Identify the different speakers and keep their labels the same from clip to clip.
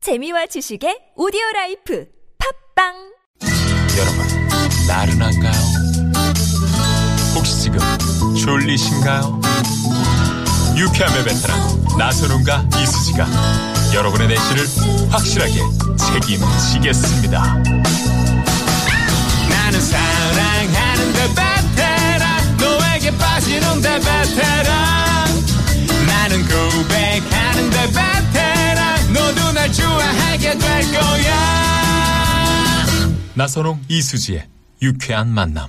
Speaker 1: 재미와 지식의 오디오 라이프 팝빵
Speaker 2: 여러분, 나른한가요? 혹시 지금 졸리신가요? 유쾌함의 베테랑 나선웅과 이수지가 여러분의 내실을 확실하게 책임지겠습니다. 나는 사랑하는데 베테랑 너에게 빠지는데 베테랑 나는 고백하는데 베테랑 너도 날 좋아하게 될 거야. 나선홍 이수지의 유쾌한 만남.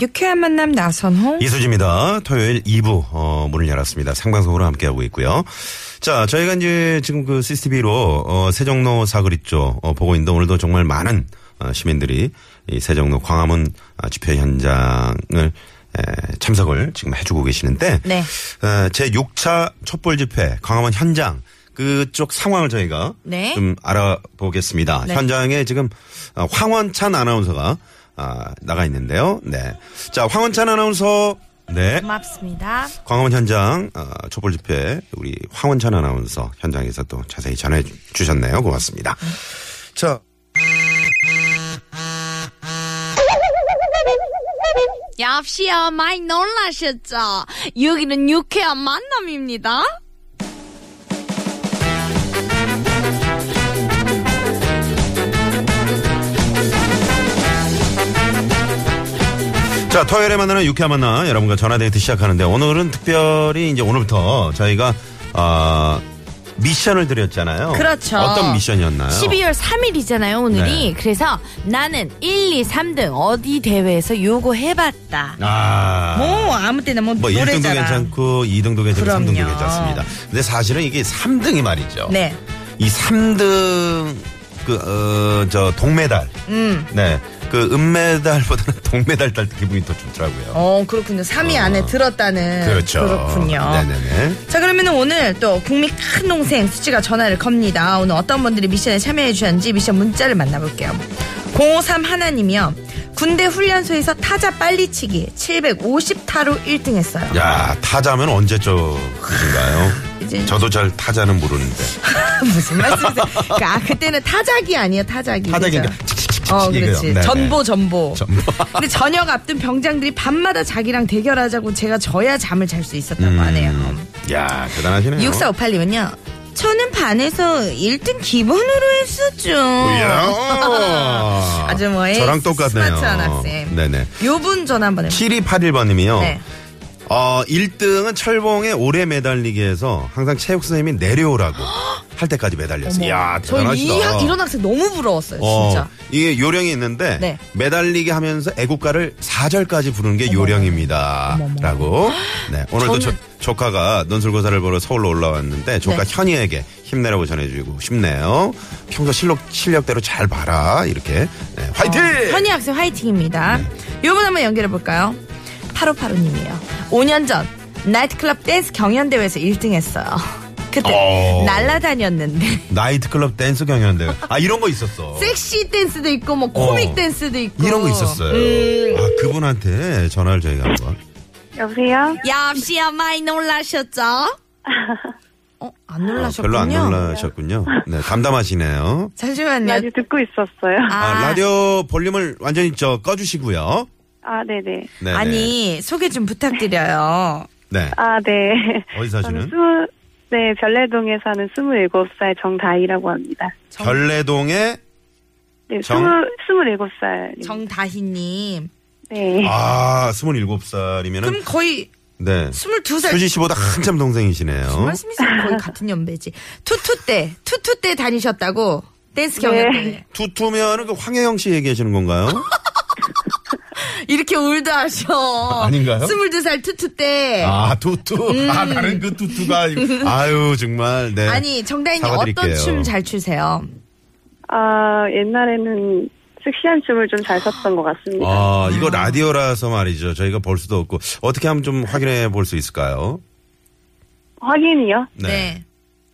Speaker 3: 유쾌한 만남 나선홍.
Speaker 4: 네.
Speaker 5: 이수지입니다. 토요일 2부 어, 문을 열었습니다. 생방송으로 함께하고 있고요. 자, 저희가 이제 지금 그 CCTV로 어, 세종로 사거리 쪽 어, 보고 있는데 오늘도 정말 많은 어, 시민들이 이 세종로 광화문 아, 집회 현장을 에, 참석을 지금 해주고 계시는데
Speaker 3: 네.
Speaker 5: 에, 제 6차 촛불 집회 광화문 현장 그쪽 상황을 저희가
Speaker 3: 네.
Speaker 5: 좀 알아보겠습니다.
Speaker 3: 네.
Speaker 5: 현장에 지금 어, 황원찬 아나운서가 아, 나가 있는데요. 네. 자, 황원찬 아나운서. 네.
Speaker 3: 고맙습니다.
Speaker 5: 광화문 현장 어, 촛불 집회 우리 황원찬 아나운서 현장에서 또 자세히 전해 주- 주셨네요. 고맙습니다. 자,
Speaker 4: 역시요 많이 놀라셨죠? 여기는 유쾌한 만남입니다.
Speaker 5: 자, 토요일에 만나는 유쾌한 만남 여러분과 전화데이트 시작하는데 오늘은 특별히 이제 오늘부터 저희가 아 미션을 드렸잖아요.
Speaker 3: 그렇죠.
Speaker 5: 어떤 미션이었나요?
Speaker 3: 12월 3일이잖아요, 오늘이. 그래서 나는 1, 2, 3등 어디 대회에서 요거 해봤다.
Speaker 5: 아.
Speaker 3: 뭐, 아무 때나 뭐,
Speaker 5: 뭐 1등도
Speaker 3: 노래잖아.
Speaker 5: 괜찮고 2등도 괜찮고
Speaker 3: 그럼요.
Speaker 5: 3등도 괜찮습니다. 근데 사실은 이게 3등이 말이죠.
Speaker 3: 네.
Speaker 5: 이 3등 그 어 저 동메달.
Speaker 3: 음.
Speaker 5: 네. 그 은메달보다는 동메달 딸 때 기분이 더 좋더라고요.
Speaker 3: 어, 그렇군요. 3위
Speaker 5: 어.
Speaker 3: 안에 들었다는.
Speaker 5: 그렇죠.
Speaker 3: 그렇군요.
Speaker 5: 네네네.
Speaker 3: 자, 그러면 오늘 또 국민 큰 동생 수지가 전화를 겁니다. 오늘 어떤 분들이 미션에 참여해 주셨는지 미션 문자를 만나볼게요. 053 하나님이요. 군대 훈련소에서 타자 빨리치기 750타로 1등 했어요.
Speaker 5: 야 타자면 언제 저 그인가요?
Speaker 3: 이제-
Speaker 5: 저도 잘 타자는 모르는데.
Speaker 3: 무슨 말씀이세요? 그, 아, 그때는 타작이 아니에요, 타작이.
Speaker 5: 타자니까
Speaker 3: 그죠?
Speaker 5: 칙칙칙칙
Speaker 3: 어, 그렇지.
Speaker 5: 이거요. 아, 네네.
Speaker 3: 전보, 전보.
Speaker 5: 전보.
Speaker 3: 근데 저녁 앞둔 병장들이 밤마다 자기랑 대결하자고 제가 져야 잠을 잘 수 있었다고
Speaker 5: 음.
Speaker 3: 하네요.
Speaker 5: 야 대단하시네요.
Speaker 3: 6458님은요. 저는 반에서 1등 기본으로 했었죠.
Speaker 5: 예. 이야.
Speaker 3: 아주 뭐 에이,
Speaker 5: 저랑 똑같네요.
Speaker 3: 스마트한 학생.
Speaker 5: 네네.
Speaker 3: 요분 전화 한번 해볼게요.
Speaker 5: 7281번님이요.
Speaker 3: 네.
Speaker 5: 어, 1등은 철봉에 오래 매달리기에서 항상 체육 선생님이 내려오라고 할 때까지 매달렸어요. 이야,
Speaker 3: 저는
Speaker 5: 대단하시다.
Speaker 3: 이 학- 이런 학생 너무 부러웠어요, 진짜.
Speaker 5: 이게 요령이 있는데
Speaker 3: 네.
Speaker 5: 매달리기 하면서 애국가를 4절까지 부르는 게 요령입니다. 라고. 네. 오늘도
Speaker 3: 저는-
Speaker 5: 조- 조카가 논술고사를 보러 서울로 올라왔는데 조카
Speaker 3: 네.
Speaker 5: 현이에게 힘내라고 전해주고 싶네요. 평소 실력 실력대로 잘 봐라. 이렇게. 네, 화이팅!
Speaker 3: 어, 현희 학생 화이팅입니다. 요분 한번 연결해볼까요? 8585님이에요. 5년 전, 나이트클럽 댄스 경연대회에서 1등 했어요. 그때,
Speaker 5: 어.
Speaker 3: 날라다녔는데.
Speaker 5: 나이트클럽 댄스 경연대회. 아 이런 거 있었어.
Speaker 3: 섹시 댄스도 있고, 뭐, 코믹
Speaker 5: 어.
Speaker 3: 댄스도 있고.
Speaker 5: 이런 거 있었어요.
Speaker 3: 음.
Speaker 5: 아 그분한테 전화를 저희가 한번.
Speaker 6: 여보세요?
Speaker 4: 역시요 많이 놀라셨죠?
Speaker 3: 어, 안
Speaker 5: 아,
Speaker 3: 놀라셨군요.
Speaker 5: 별로 안 놀라셨군요. 네 담담하시네요.
Speaker 3: 잠시만요.
Speaker 6: 라디오 듣고 있었어요.
Speaker 3: 아,
Speaker 5: 아, 라디오 볼륨을 완전히 저 꺼주시고요.
Speaker 6: 아, 네네.
Speaker 5: 네,
Speaker 3: 아니, 소개 좀 부탁드려요.
Speaker 5: 네. 네.
Speaker 6: 아, 네.
Speaker 5: 어디
Speaker 6: 저는
Speaker 5: 사시는?
Speaker 6: 스무, 네, 별내동에 사는 27살 정다희라고 합니다.
Speaker 3: 정-
Speaker 5: 별내동에
Speaker 6: 네,
Speaker 5: 정-
Speaker 6: 스물, 27살.
Speaker 3: 정다희님.
Speaker 6: 네.
Speaker 5: 아 27살이면은
Speaker 3: 그럼 거의
Speaker 5: 네.
Speaker 3: 22살. 어?
Speaker 5: 수지 씨보다 한참 동생이시네요.
Speaker 3: 말씀이세요? 거의 같은 연배지. 투투 때, 투투 때 다니셨다고. 댄스 경연
Speaker 6: 네.
Speaker 3: 때.
Speaker 5: 투투면은 그 황혜영 씨 얘기하시는 건가요?
Speaker 3: 이렇게 울다 하셔.
Speaker 5: 아닌가요?
Speaker 3: 22살 투투 때.
Speaker 5: 아 투투. 아 다른 그 투투가 아니고. 아유 정말 네.
Speaker 3: 아니, 정다희님
Speaker 5: 사과드릴게요.
Speaker 3: 어떤 춤 잘 추세요?
Speaker 6: 아, 옛날에는 섹시한 춤을 좀 잘 췄던 것 같습니다.
Speaker 5: 아, 이거 라디오라서 말이죠. 저희가 볼 수도 없고 어떻게 하면 좀 확인해 볼 수 있을까요?
Speaker 6: 확인이요?
Speaker 3: 네.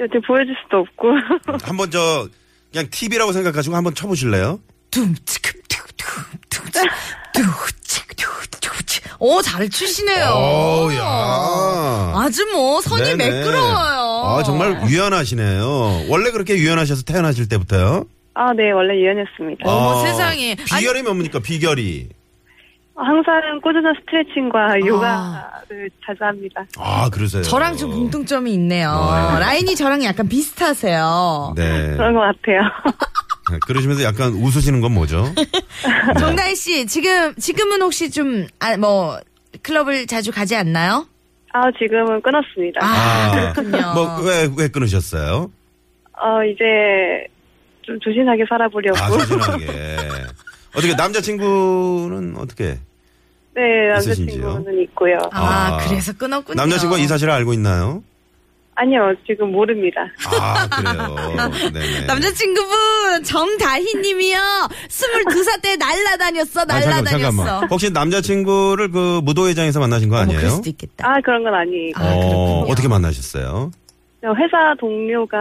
Speaker 6: 여태 보여줄 수도 없고.
Speaker 5: 한번 저 그냥 팁이라고 생각하시고 한번 쳐 보실래요?
Speaker 3: 오, 잘 추시네요.
Speaker 5: 야.
Speaker 3: 아주 뭐, 선이
Speaker 5: 네네.
Speaker 3: 뭐 매끄러워요.
Speaker 5: 아, 정말 유연하시네요. 원래 그렇게 유연하셔서 태어나실 때부터요?
Speaker 6: 아, 네, 원래 유연했습니다.
Speaker 5: 아.
Speaker 3: 어머, 세상에. 아니-
Speaker 5: 비결이 뭡니까, 비결이?
Speaker 6: 항상 꾸준한 스트레칭과 요가를 자주 합니다.
Speaker 5: 아, 그러세요?
Speaker 3: 저랑 좀 공통점이 있네요.
Speaker 5: 어.
Speaker 3: 라인이 저랑 약간 비슷하세요.
Speaker 5: 네.
Speaker 6: 그런 것 같아요.
Speaker 5: 그러시면서 약간 웃으시는 건 뭐죠?
Speaker 3: 정다희 씨, 지금, 지금은 혹시 좀, 아, 뭐, 클럽을 자주 가지 않나요?
Speaker 6: 아, 지금은 끊었습니다.
Speaker 3: 아, 그렇군요.
Speaker 5: 뭐, 왜, 왜 끊으셨어요?
Speaker 6: 어, 이제 좀 조신하게 살아보려고.
Speaker 5: 아, 조심하게. 어떻게, 남자친구는 어떻게?
Speaker 6: 네,
Speaker 5: 있으신지요?
Speaker 6: 남자친구는 있고요.
Speaker 3: 아,
Speaker 5: 아.
Speaker 3: 그래서 끊었군요.
Speaker 5: 남자친구가 이 사실을 알고 있나요?
Speaker 6: 아니요, 지금 모릅니다.
Speaker 5: 아, 그래요. 네네.
Speaker 4: 남자친구분 정다희님이요. 22살 때 날라다녔어
Speaker 5: 아, 잠깐만,
Speaker 4: 날라다녔어.
Speaker 5: 잠깐만. 혹시 남자친구를 그 무도회장에서 만나신 거
Speaker 3: 어머, 그럴
Speaker 5: 아니에요?
Speaker 3: 수도 있겠다.
Speaker 6: 아, 그런 건 아니에요.
Speaker 3: 아, 그렇군요.
Speaker 5: 어떻게 만나셨어요?
Speaker 6: 회사 동료가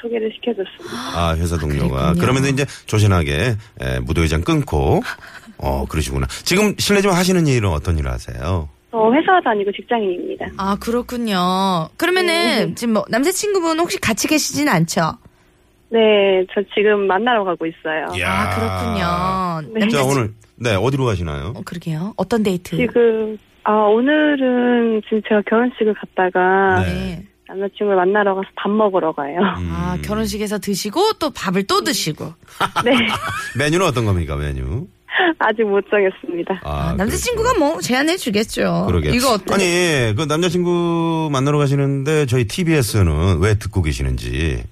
Speaker 6: 소개를 시켜줬습니다.
Speaker 5: 아, 회사 동료가.
Speaker 3: 그랬군요.
Speaker 5: 그러면 이제 조신하게 예, 무도회장 끊고, 어, 그러시구나. 지금 실례 좀 하시는 일은 어떤 일을 하세요?
Speaker 6: 저 회사 다니고 직장인입니다.
Speaker 3: 아, 그렇군요. 그러면은, 지금 뭐, 남자친구분 혹시 같이 계시진 않죠?
Speaker 6: 네, 저 지금 만나러 가고 있어요.
Speaker 5: 이야.
Speaker 3: 아, 그렇군요. 아, 남자친-
Speaker 5: 자, 오늘, 네, 어디로 가시나요?
Speaker 3: 어, 그러게요. 어떤 데이트?
Speaker 6: 지금 아 오늘은 지금 제가 결혼식을 갔다가
Speaker 5: 네.
Speaker 6: 남자친구를 만나러 가서 밥 먹으러 가요.
Speaker 5: 음.
Speaker 3: 아, 결혼식에서 드시고, 또 밥을 또 드시고.
Speaker 6: 네,
Speaker 5: 메뉴는 어떤 겁니까, 메뉴?
Speaker 6: 아직 못 정했습니다.
Speaker 5: 아,
Speaker 3: 남자친구가 뭐, 제안해 주겠죠.
Speaker 5: 그러게요.
Speaker 3: 이거 어때?
Speaker 5: 아니, 그 남자친구 만나러 가시는데 저희 TBS는 왜 듣고 계시는지.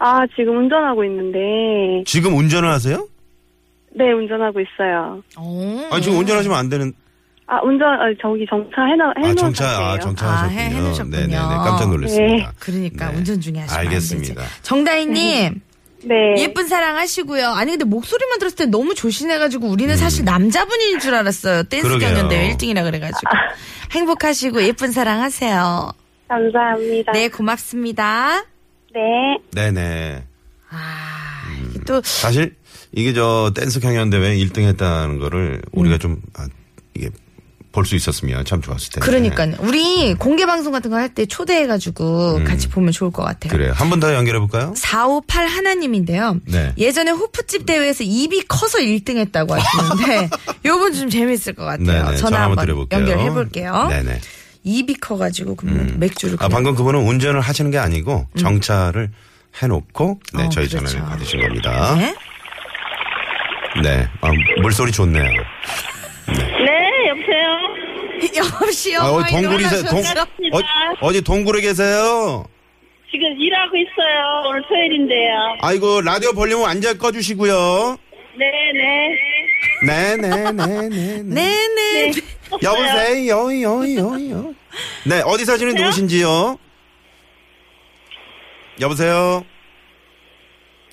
Speaker 6: 아 지금 운전하고 있는데
Speaker 5: 지금 운전을 하세요?
Speaker 6: 네 운전하고 있어요.
Speaker 3: 어.
Speaker 5: 아니, 지금 운전하시면 안 되는.
Speaker 6: 아 운전 아, 저기 정차 해놓 해놓은
Speaker 5: 아, 정차, 아,
Speaker 6: 상태예요.
Speaker 5: 정차하셨군요.
Speaker 3: 아, 해- 해놓으셨군요.
Speaker 5: 네네네. 깜짝 놀랐습니다.
Speaker 3: 그러니까
Speaker 5: 네.
Speaker 3: 운전 중에 하시면
Speaker 5: 알겠습니다.
Speaker 3: 안 되지. 정다희님
Speaker 6: 네.
Speaker 3: 예쁜 사랑 하시고요. 아니 근데 목소리만 들었을 때 너무 조신해가지고 우리는 사실 남자분인 줄 알았어요. 댄스
Speaker 5: 음. 그러게요.
Speaker 3: 경연대회 1등이라 그래가지고 행복하시고 예쁜 사랑 하세요.
Speaker 6: 감사합니다.
Speaker 3: 네 고맙습니다.
Speaker 6: 네.
Speaker 5: 네네.
Speaker 3: 아
Speaker 5: 음.
Speaker 3: 이게 또
Speaker 5: 사실 이게 저 댄스 경연 대회 1등 했다는 거를
Speaker 3: 음.
Speaker 5: 우리가 좀 아, 이게 볼 수 있었으면 참 좋았을 텐데.
Speaker 3: 그러니까요. 우리 공개 방송 같은 거 할 때 초대해가지고
Speaker 5: 음.
Speaker 3: 같이 보면 좋을 것 같아요.
Speaker 5: 그래요. 한 번 더 연결해 볼까요?
Speaker 3: 458 하나님인데요.
Speaker 5: 네.
Speaker 3: 예전에 호프집 대회에서 입이 커서 1등 했다고 하시는데, 요번 좀 재밌을 것
Speaker 5: 네,
Speaker 3: 같아요. 네. 전화 한번
Speaker 5: 드려볼게요.
Speaker 3: 연결해볼게요.
Speaker 5: 네네.
Speaker 3: 입이 커가지고, 그럼 맥주를.
Speaker 5: 아,
Speaker 3: 그냥-
Speaker 5: 방금 그분은 운전을 하시는 게 아니고 정차를 해놓고 네,
Speaker 3: 음. 어,
Speaker 5: 저희
Speaker 3: 그렇죠.
Speaker 5: 전화를 받으신 겁니다.
Speaker 3: 네?
Speaker 5: 네. 아, 물소리 좋네요.
Speaker 6: 네 여보세요.
Speaker 3: 여보시요.
Speaker 5: 아,
Speaker 3: 많이
Speaker 5: 어디 동굴이세요? 동,
Speaker 3: 놀라셨죠?
Speaker 5: 어, 어디 동굴에 계세요?
Speaker 6: 지금 일하고 있어요. 오늘 토요일인데요.
Speaker 5: 아이고, 라디오 볼륨 완전 꺼주시고요. 네,
Speaker 6: 네네.
Speaker 5: 네네네네.
Speaker 3: 네네.
Speaker 5: 여보세요, 요, 요, 요. 네, 어디 사시는 누구신지요? 여보세요?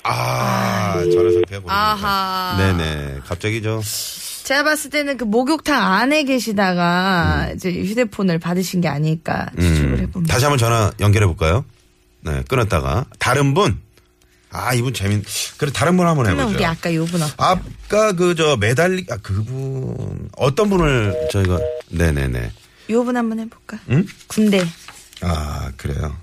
Speaker 5: 아, 전화 상태가
Speaker 3: 예. 아하.
Speaker 5: 보입니다. 네네. 갑자기 저,
Speaker 3: 제가 봤을 때는 그 목욕탕 안에 계시다가 이제 휴대폰을 받으신 게 아닐까 추측을
Speaker 5: 음,
Speaker 3: 해봅니다.
Speaker 5: 다시 한번 전화 연결해볼까요? 네, 끊었다가. 다른 분? 아, 이분 재밌, 그래, 다른 분 한번
Speaker 3: 그러면
Speaker 5: 해보죠.
Speaker 3: 우리 아까 요분 앞.
Speaker 5: 아까 그 저 매달리, 아, 그분, 어떤 분을 저희가, 네네네.
Speaker 3: 요분 한번 해볼까?
Speaker 5: 응?
Speaker 3: 군대.
Speaker 5: 아, 그래요.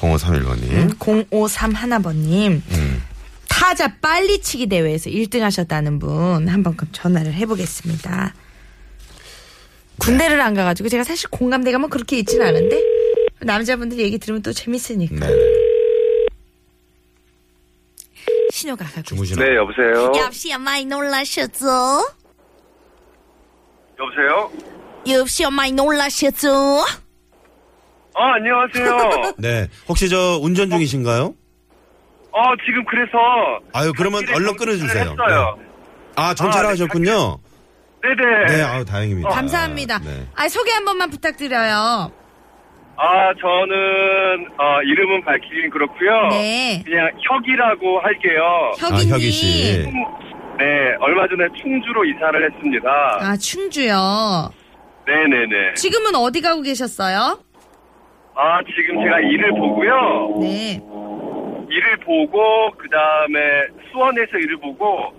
Speaker 5: 0531번님.
Speaker 3: 음. 053 하나번님
Speaker 5: 음.
Speaker 3: 타자 빨리치기 대회에서 1등 하셨다는 분 한번 그럼 전화를 해보겠습니다. 군대를 안 가가지고 제가 사실 공감대가 뭐 그렇게 있진 않은데 남자분들이 얘기 들으면 또 재밌으니까
Speaker 5: 네. 음.
Speaker 4: 신호가 가고.
Speaker 5: 주무시나?
Speaker 7: 네, 여보세요.
Speaker 4: 역시야 많이 놀라셨죠?
Speaker 7: 여보세요?
Speaker 4: 역시야 많이 놀라셨죠?
Speaker 7: 아, 안녕하세요.
Speaker 5: 네. 혹시 저 운전 중이신가요?
Speaker 7: 아, 지금 그래서.
Speaker 5: 아유, 그러면
Speaker 7: 갓길에
Speaker 5: 얼른
Speaker 7: 정차를
Speaker 5: 끊어주세요.
Speaker 7: 했어요.
Speaker 5: 네. 아, 정차를
Speaker 7: 아, 네,
Speaker 5: 하셨군요.
Speaker 7: 네네.
Speaker 5: 네, 아유, 다행입니다.
Speaker 3: 감사합니다.
Speaker 5: 네.
Speaker 3: 아, 소개 한 번만 부탁드려요.
Speaker 7: 아, 저는, 어, 이름은 밝히긴 그렇고요
Speaker 3: 네.
Speaker 7: 그냥 혁이라고 할게요.
Speaker 3: 혁이님.
Speaker 5: 아, 혁이 씨.
Speaker 7: 네, 얼마 전에 충주로 이사를 했습니다.
Speaker 3: 아, 충주요.
Speaker 7: 네네네.
Speaker 3: 지금은 어디 가고 계셨어요?
Speaker 7: 아, 지금 제가 일을 보고요.
Speaker 3: 네.
Speaker 7: 일을 보고, 그 다음에 수원에서 일을 보고,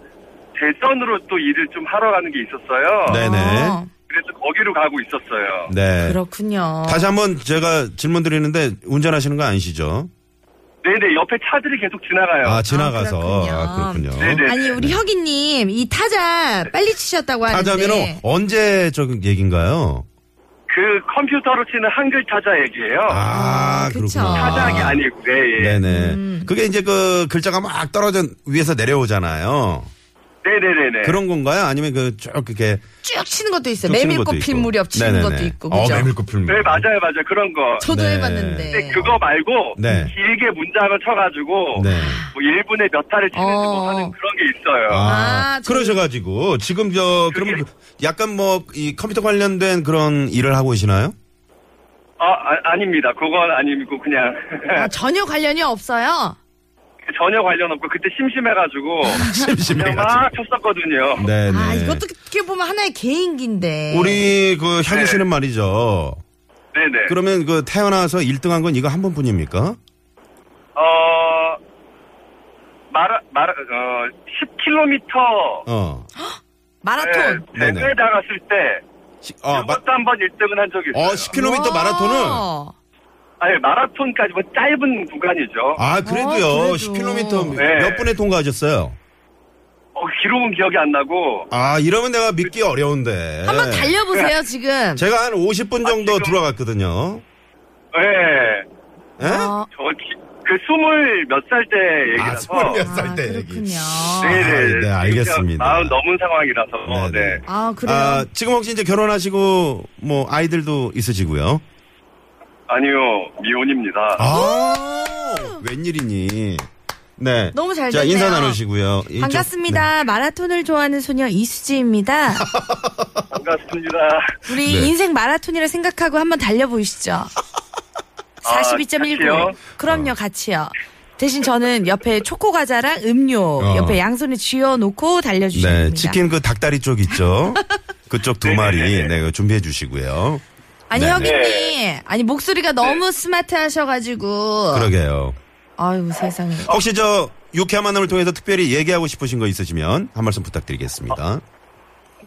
Speaker 7: 대전으로 또 일을 좀 하러 가는 게 있었어요.
Speaker 5: 네네.
Speaker 3: 어.
Speaker 7: 그래서 거기로 가고 있었어요.
Speaker 5: 네.
Speaker 3: 그렇군요.
Speaker 5: 다시 한번 제가 질문 드리는데 운전하시는 거 아니시죠?
Speaker 7: 네네, 옆에 차들이 계속 지나가요.
Speaker 5: 아 지나가서 아,
Speaker 3: 그렇군요.
Speaker 5: 그렇군요.
Speaker 7: 네네.
Speaker 3: 아니 우리 혁이님 이 타자 빨리 치셨다고 하는데
Speaker 5: 타자면은 언제 저 얘긴가요?
Speaker 7: 그 컴퓨터로 치는 한글 타자 얘기예요.
Speaker 5: 아
Speaker 3: 그쵸.
Speaker 5: 그렇구나.
Speaker 7: 타자기 아니고, 네, 예.
Speaker 5: 네네.
Speaker 3: 음.
Speaker 5: 그게 이제 그 글자가 막 떨어져 위에서 내려오잖아요.
Speaker 7: 네네네네.
Speaker 5: 그런 건가요? 아니면 그 쭉 이렇게
Speaker 3: 쭉 치는 것도 있어요.
Speaker 5: 쭉 치는
Speaker 3: 메밀꽃
Speaker 5: 것도 있고.
Speaker 3: 필무렵 치는
Speaker 5: 네네네.
Speaker 3: 것도 있고
Speaker 5: 어,
Speaker 3: 그죠?
Speaker 5: 메밀꽃 필무렵.
Speaker 7: 네, 맞아요, 맞아요. 그런 거.
Speaker 3: 저도
Speaker 5: 네.
Speaker 3: 해봤는데
Speaker 7: 근데 그거 말고,
Speaker 5: 네.
Speaker 7: 길게 문장을 쳐가지고,
Speaker 5: 네.
Speaker 7: 뭐 1분에 몇 타를 치는지 뭐
Speaker 3: 어.
Speaker 7: 하는 그런 게 있어요.
Speaker 5: 아,
Speaker 3: 아, 저-
Speaker 5: 그러셔가지고 지금 저 그러면 약간 뭐 이 컴퓨터 관련된 그런 일을 하고 계시나요?
Speaker 7: 아, 아, 닙니다 그건 아니고, 그냥.
Speaker 3: 아, 전혀 관련이 없어요.
Speaker 7: 전혀 관련 없고, 그때 심심해가지고,
Speaker 5: 아,
Speaker 7: 그냥 막
Speaker 5: 심심해가지고.
Speaker 7: 쳤었거든요.
Speaker 5: 네네.
Speaker 3: 아 이것도 네. 어떻게 보면 하나의 개인기인데
Speaker 5: 우리 그 향유
Speaker 7: 네.
Speaker 5: 씨는 말이죠.
Speaker 7: 네네.
Speaker 5: 그러면 그 태어나서 1등한 건 이거 한 번뿐입니까?
Speaker 7: 어, 마라, 마라, 어, 10km
Speaker 5: 어.
Speaker 3: 마라톤
Speaker 7: 네,
Speaker 5: 네네.
Speaker 7: 대회 나갔을 때,
Speaker 5: 시-
Speaker 7: 어,
Speaker 5: 어, 마,
Speaker 7: 이것도 한 번 1등은 한 적이 있어요.
Speaker 5: 어 10km 마라톤을
Speaker 3: 와.
Speaker 7: 아니, 마라톤까지 뭐 짧은 구간이죠.
Speaker 5: 아 그래도요.
Speaker 3: 그래도.
Speaker 5: 10km
Speaker 7: 네.
Speaker 5: 몇 분에 통과하셨어요?
Speaker 7: 어, 기록은 기억이 안 나고,
Speaker 5: 아 이러면 내가 믿기 어려운데.
Speaker 3: 한번 달려보세요 아, 지금.
Speaker 5: 제가 한 50분 정도
Speaker 7: 지금-
Speaker 5: 들어갔거든요.
Speaker 7: 예.
Speaker 5: 예?
Speaker 3: 어,
Speaker 7: 저, 기- 그 스물 몇 살 때
Speaker 5: 아,
Speaker 7: 얘기라서.
Speaker 5: 스물 몇
Speaker 3: 아,
Speaker 5: 살 때 얘기.
Speaker 3: 그렇군요.
Speaker 7: 네네.
Speaker 5: 아, 네, 알겠습니다.
Speaker 7: 마흔 넘은 상황이라서.
Speaker 5: 네네.
Speaker 7: 네.
Speaker 3: 아 그래요.
Speaker 5: 아, 지금 혹시 이제 결혼하시고 뭐 아이들도 있으시고요.
Speaker 7: 아니요, 미혼입니다.
Speaker 5: 아, 웬일이니? 네.
Speaker 3: 너무 잘
Speaker 5: 자,
Speaker 3: 됐네요.
Speaker 5: 인사 나누시고요. 이쪽-
Speaker 3: 반갑습니다.
Speaker 5: 네.
Speaker 3: 마라톤을 좋아하는 소녀 이수지입니다.
Speaker 7: 반갑습니다. 아,
Speaker 3: 우리
Speaker 5: 네.
Speaker 3: 인생 마라톤이라 생각하고 한번 달려보시죠. 42.19.
Speaker 7: 아, 같이요? 어.
Speaker 3: 그럼요, 같이요. 대신 저는 옆에 초코 과자랑 음료
Speaker 5: 어.
Speaker 3: 옆에 양손에 쥐어놓고
Speaker 5: 네.
Speaker 3: 달려주시면
Speaker 5: 네,
Speaker 3: 됩니다.
Speaker 5: 치킨 그 닭다리 쪽 있죠? 그쪽 두 마리,
Speaker 7: 네네네.
Speaker 5: 네, 그거 준비해 주시고요.
Speaker 3: 아니
Speaker 5: 네.
Speaker 3: 혁이님, 아니 목소리가
Speaker 7: 네.
Speaker 3: 너무 스마트하셔가지고.
Speaker 5: 그러게요.
Speaker 3: 아유 세상에.
Speaker 5: 혹시 저 유쾌한 만남을 통해서 특별히 얘기하고 싶으신 거 있으시면 한 말씀 부탁드리겠습니다.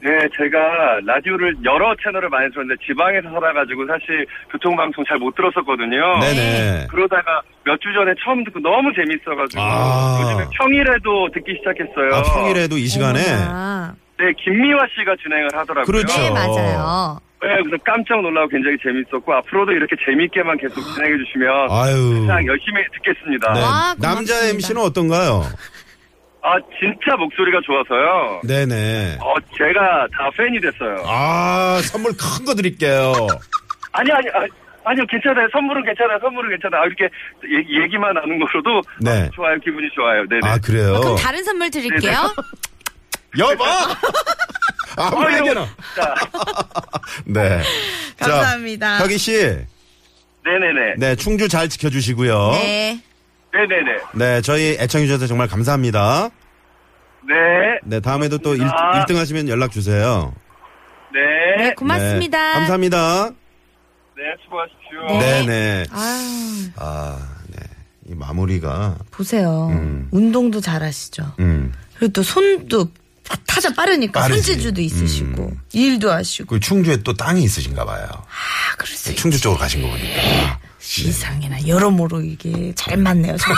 Speaker 7: 네, 제가 라디오를 여러 채널을 많이 들었는데 지방에서 살아가지고 사실 교통방송 잘 못
Speaker 3: 어,
Speaker 7: 들었었거든요.
Speaker 5: 네네.
Speaker 7: 그러다가 몇 주 전에 처음 듣고 너무 재밌어가지고
Speaker 5: 아.
Speaker 7: 요즘에 평일에도 듣기 시작했어요.
Speaker 5: 아, 평일에도 이 시간에
Speaker 3: 어머나.
Speaker 7: 네, 김미화 씨가 진행을 하더라고요.
Speaker 5: 그렇죠.
Speaker 3: 네 맞아요.
Speaker 7: 네, 그래서 깜짝 놀라고 굉장히 재밌었고 앞으로도 이렇게 재밌게만 계속 진행해 주시면
Speaker 5: 아유.
Speaker 7: 항상 열심히 듣겠습니다.
Speaker 5: 네.
Speaker 3: 와, 아, 고맙습니다.
Speaker 5: 남자 MC는 어떤가요?
Speaker 7: 아 진짜 목소리가 좋아서요.
Speaker 5: 네네.
Speaker 7: 어 제가 다 팬이 됐어요.
Speaker 5: 아, 선물 큰 거 드릴게요.
Speaker 7: 아니 아니 아니, 아니요 괜찮아요. 선물은 괜찮아요. 선물은 괜찮아요. 아, 이렇게 얘- 얘기만 하는 거로도
Speaker 5: 네.
Speaker 7: 아, 좋아요. 기분이 좋아요. 네네.
Speaker 5: 아, 그래요?
Speaker 3: 그럼 다른 선물 드릴게요.
Speaker 5: 여보! 아무에게나.
Speaker 7: 진짜.
Speaker 5: 네. 자,
Speaker 3: 감사합니다.
Speaker 5: 혁이 씨,
Speaker 7: 네네네.
Speaker 5: 네, 충주 잘 지켜주시고요.
Speaker 3: 네.
Speaker 7: 네네네.
Speaker 5: 네, 저희 애청해주셔서 정말 감사합니다.
Speaker 7: 네.
Speaker 5: 네, 다음에도 또 일,
Speaker 7: 감사합니다.
Speaker 5: 1등 하시면 연락 주세요.
Speaker 7: 네.
Speaker 3: 네
Speaker 7: 네.
Speaker 3: 고맙습니다.
Speaker 5: 네, 감사합니다.
Speaker 7: 수고하십시오.
Speaker 5: 네,
Speaker 3: 네.
Speaker 5: 네.
Speaker 3: 아유
Speaker 5: 아, 네. 이 마무리가,
Speaker 3: 보세요.
Speaker 5: 음.
Speaker 3: 운동도 잘하시죠.
Speaker 5: 음.
Speaker 3: 그리고 또 손도 타- 타자 빠르니까
Speaker 5: 빠르지.
Speaker 3: 손재주도 있으시고
Speaker 5: 음.
Speaker 3: 일도 하시고
Speaker 5: 그 충주에 또 땅이 있으신가 봐요.
Speaker 3: 아 그럴 수 있-
Speaker 5: 충주 쪽으로 가신 거 보니까.
Speaker 3: 세상에나 여러모로 이게 잘 맞네요. 저는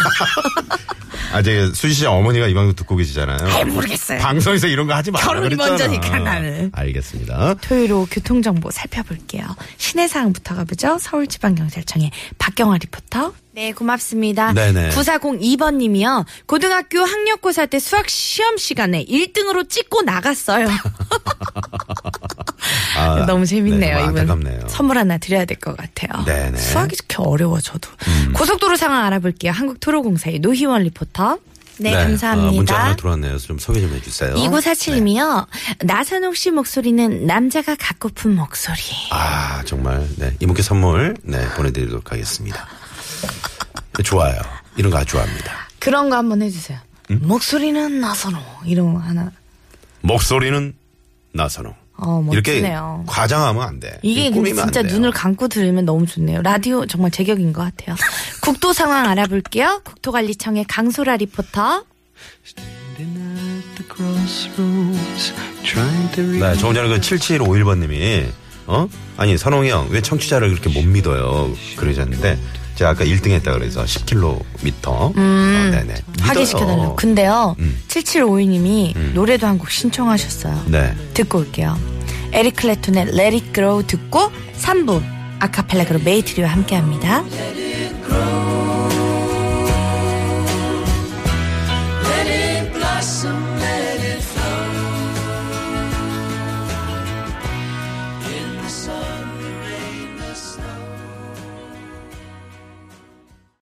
Speaker 5: 아, 제 수지 씨 어머니가 이 방송 듣고 계시잖아요.
Speaker 3: 잘 모르겠어요.
Speaker 5: 방송에서 이런 거 하지 말라고
Speaker 3: 결혼이
Speaker 5: 그랬잖아.
Speaker 3: 먼저니까, 나는.
Speaker 5: 알겠습니다.
Speaker 3: 토요일 오후 교통정보 살펴볼게요. 시내 상황부터 가보죠. 서울지방경찰청의 박경화 리포터. 네, 고맙습니다.
Speaker 5: 네네.
Speaker 3: 9402번님이요. 고등학교 학력고사 때 수학 시험 시간에 1등으로 찍고 나갔어요.
Speaker 5: 아,
Speaker 3: 너무 재밌네요.
Speaker 5: 네,
Speaker 3: 이분
Speaker 5: 정말 안타깝네요.
Speaker 3: 선물 하나 드려야 될 것 같아요.
Speaker 5: 네네. 음.
Speaker 3: 수학이 이렇게 어려워 저도. 고속도로 상황 알아볼게요. 한국도로공사의 노희원 리포터. 네,
Speaker 5: 아, 문자 하나
Speaker 3: 감사합니다.
Speaker 5: 들어왔네요. 좀 소개 좀 해주세요.
Speaker 3: 2947님이요. 네. 나선옥 씨 목소리는 남자가 갖고픈 목소리.
Speaker 5: 아 정말 네 이분께 선물 네 보내드리도록 하겠습니다. 좋아요. 이런 거 아주 좋아합니다.
Speaker 3: 그런 거 한번 해주세요.
Speaker 5: 음?
Speaker 3: 목소리는 나선옥. 이런 거 하나.
Speaker 5: 목소리는 나선홍.
Speaker 3: 어,
Speaker 5: 이렇게
Speaker 3: 멋지네요.
Speaker 5: 과장하면 안 돼.
Speaker 3: 이게 근데
Speaker 5: 꾸미면 안
Speaker 3: 진짜
Speaker 5: 돼요.
Speaker 3: 눈을 그 감고 들으면 너무 좋네요. 라디오 정말 제격인 것 같아요. 국도 상황 알아볼게요. 국토관리청의 강소라 리포터.
Speaker 2: 네.
Speaker 5: 네, 조금 전에 그 7751번님이, 어? 아니, 선홍이 형, 왜 청취자를 그렇게 못 믿어요? 그러셨는데, 제가 아까 1등 했다 그래서 10km. 어, 네네. 믿어요.
Speaker 3: 음. 확인시켜달라고. 근데요,
Speaker 5: 음.
Speaker 3: 7752님이 노래도 한 곡 신청하셨어요.
Speaker 5: 네.
Speaker 3: 듣고 올게요. 에릭 클레톤의 Let It Grow 듣고 3부 아카펠라 그룹 메이트리와 함께합니다.
Speaker 8: grow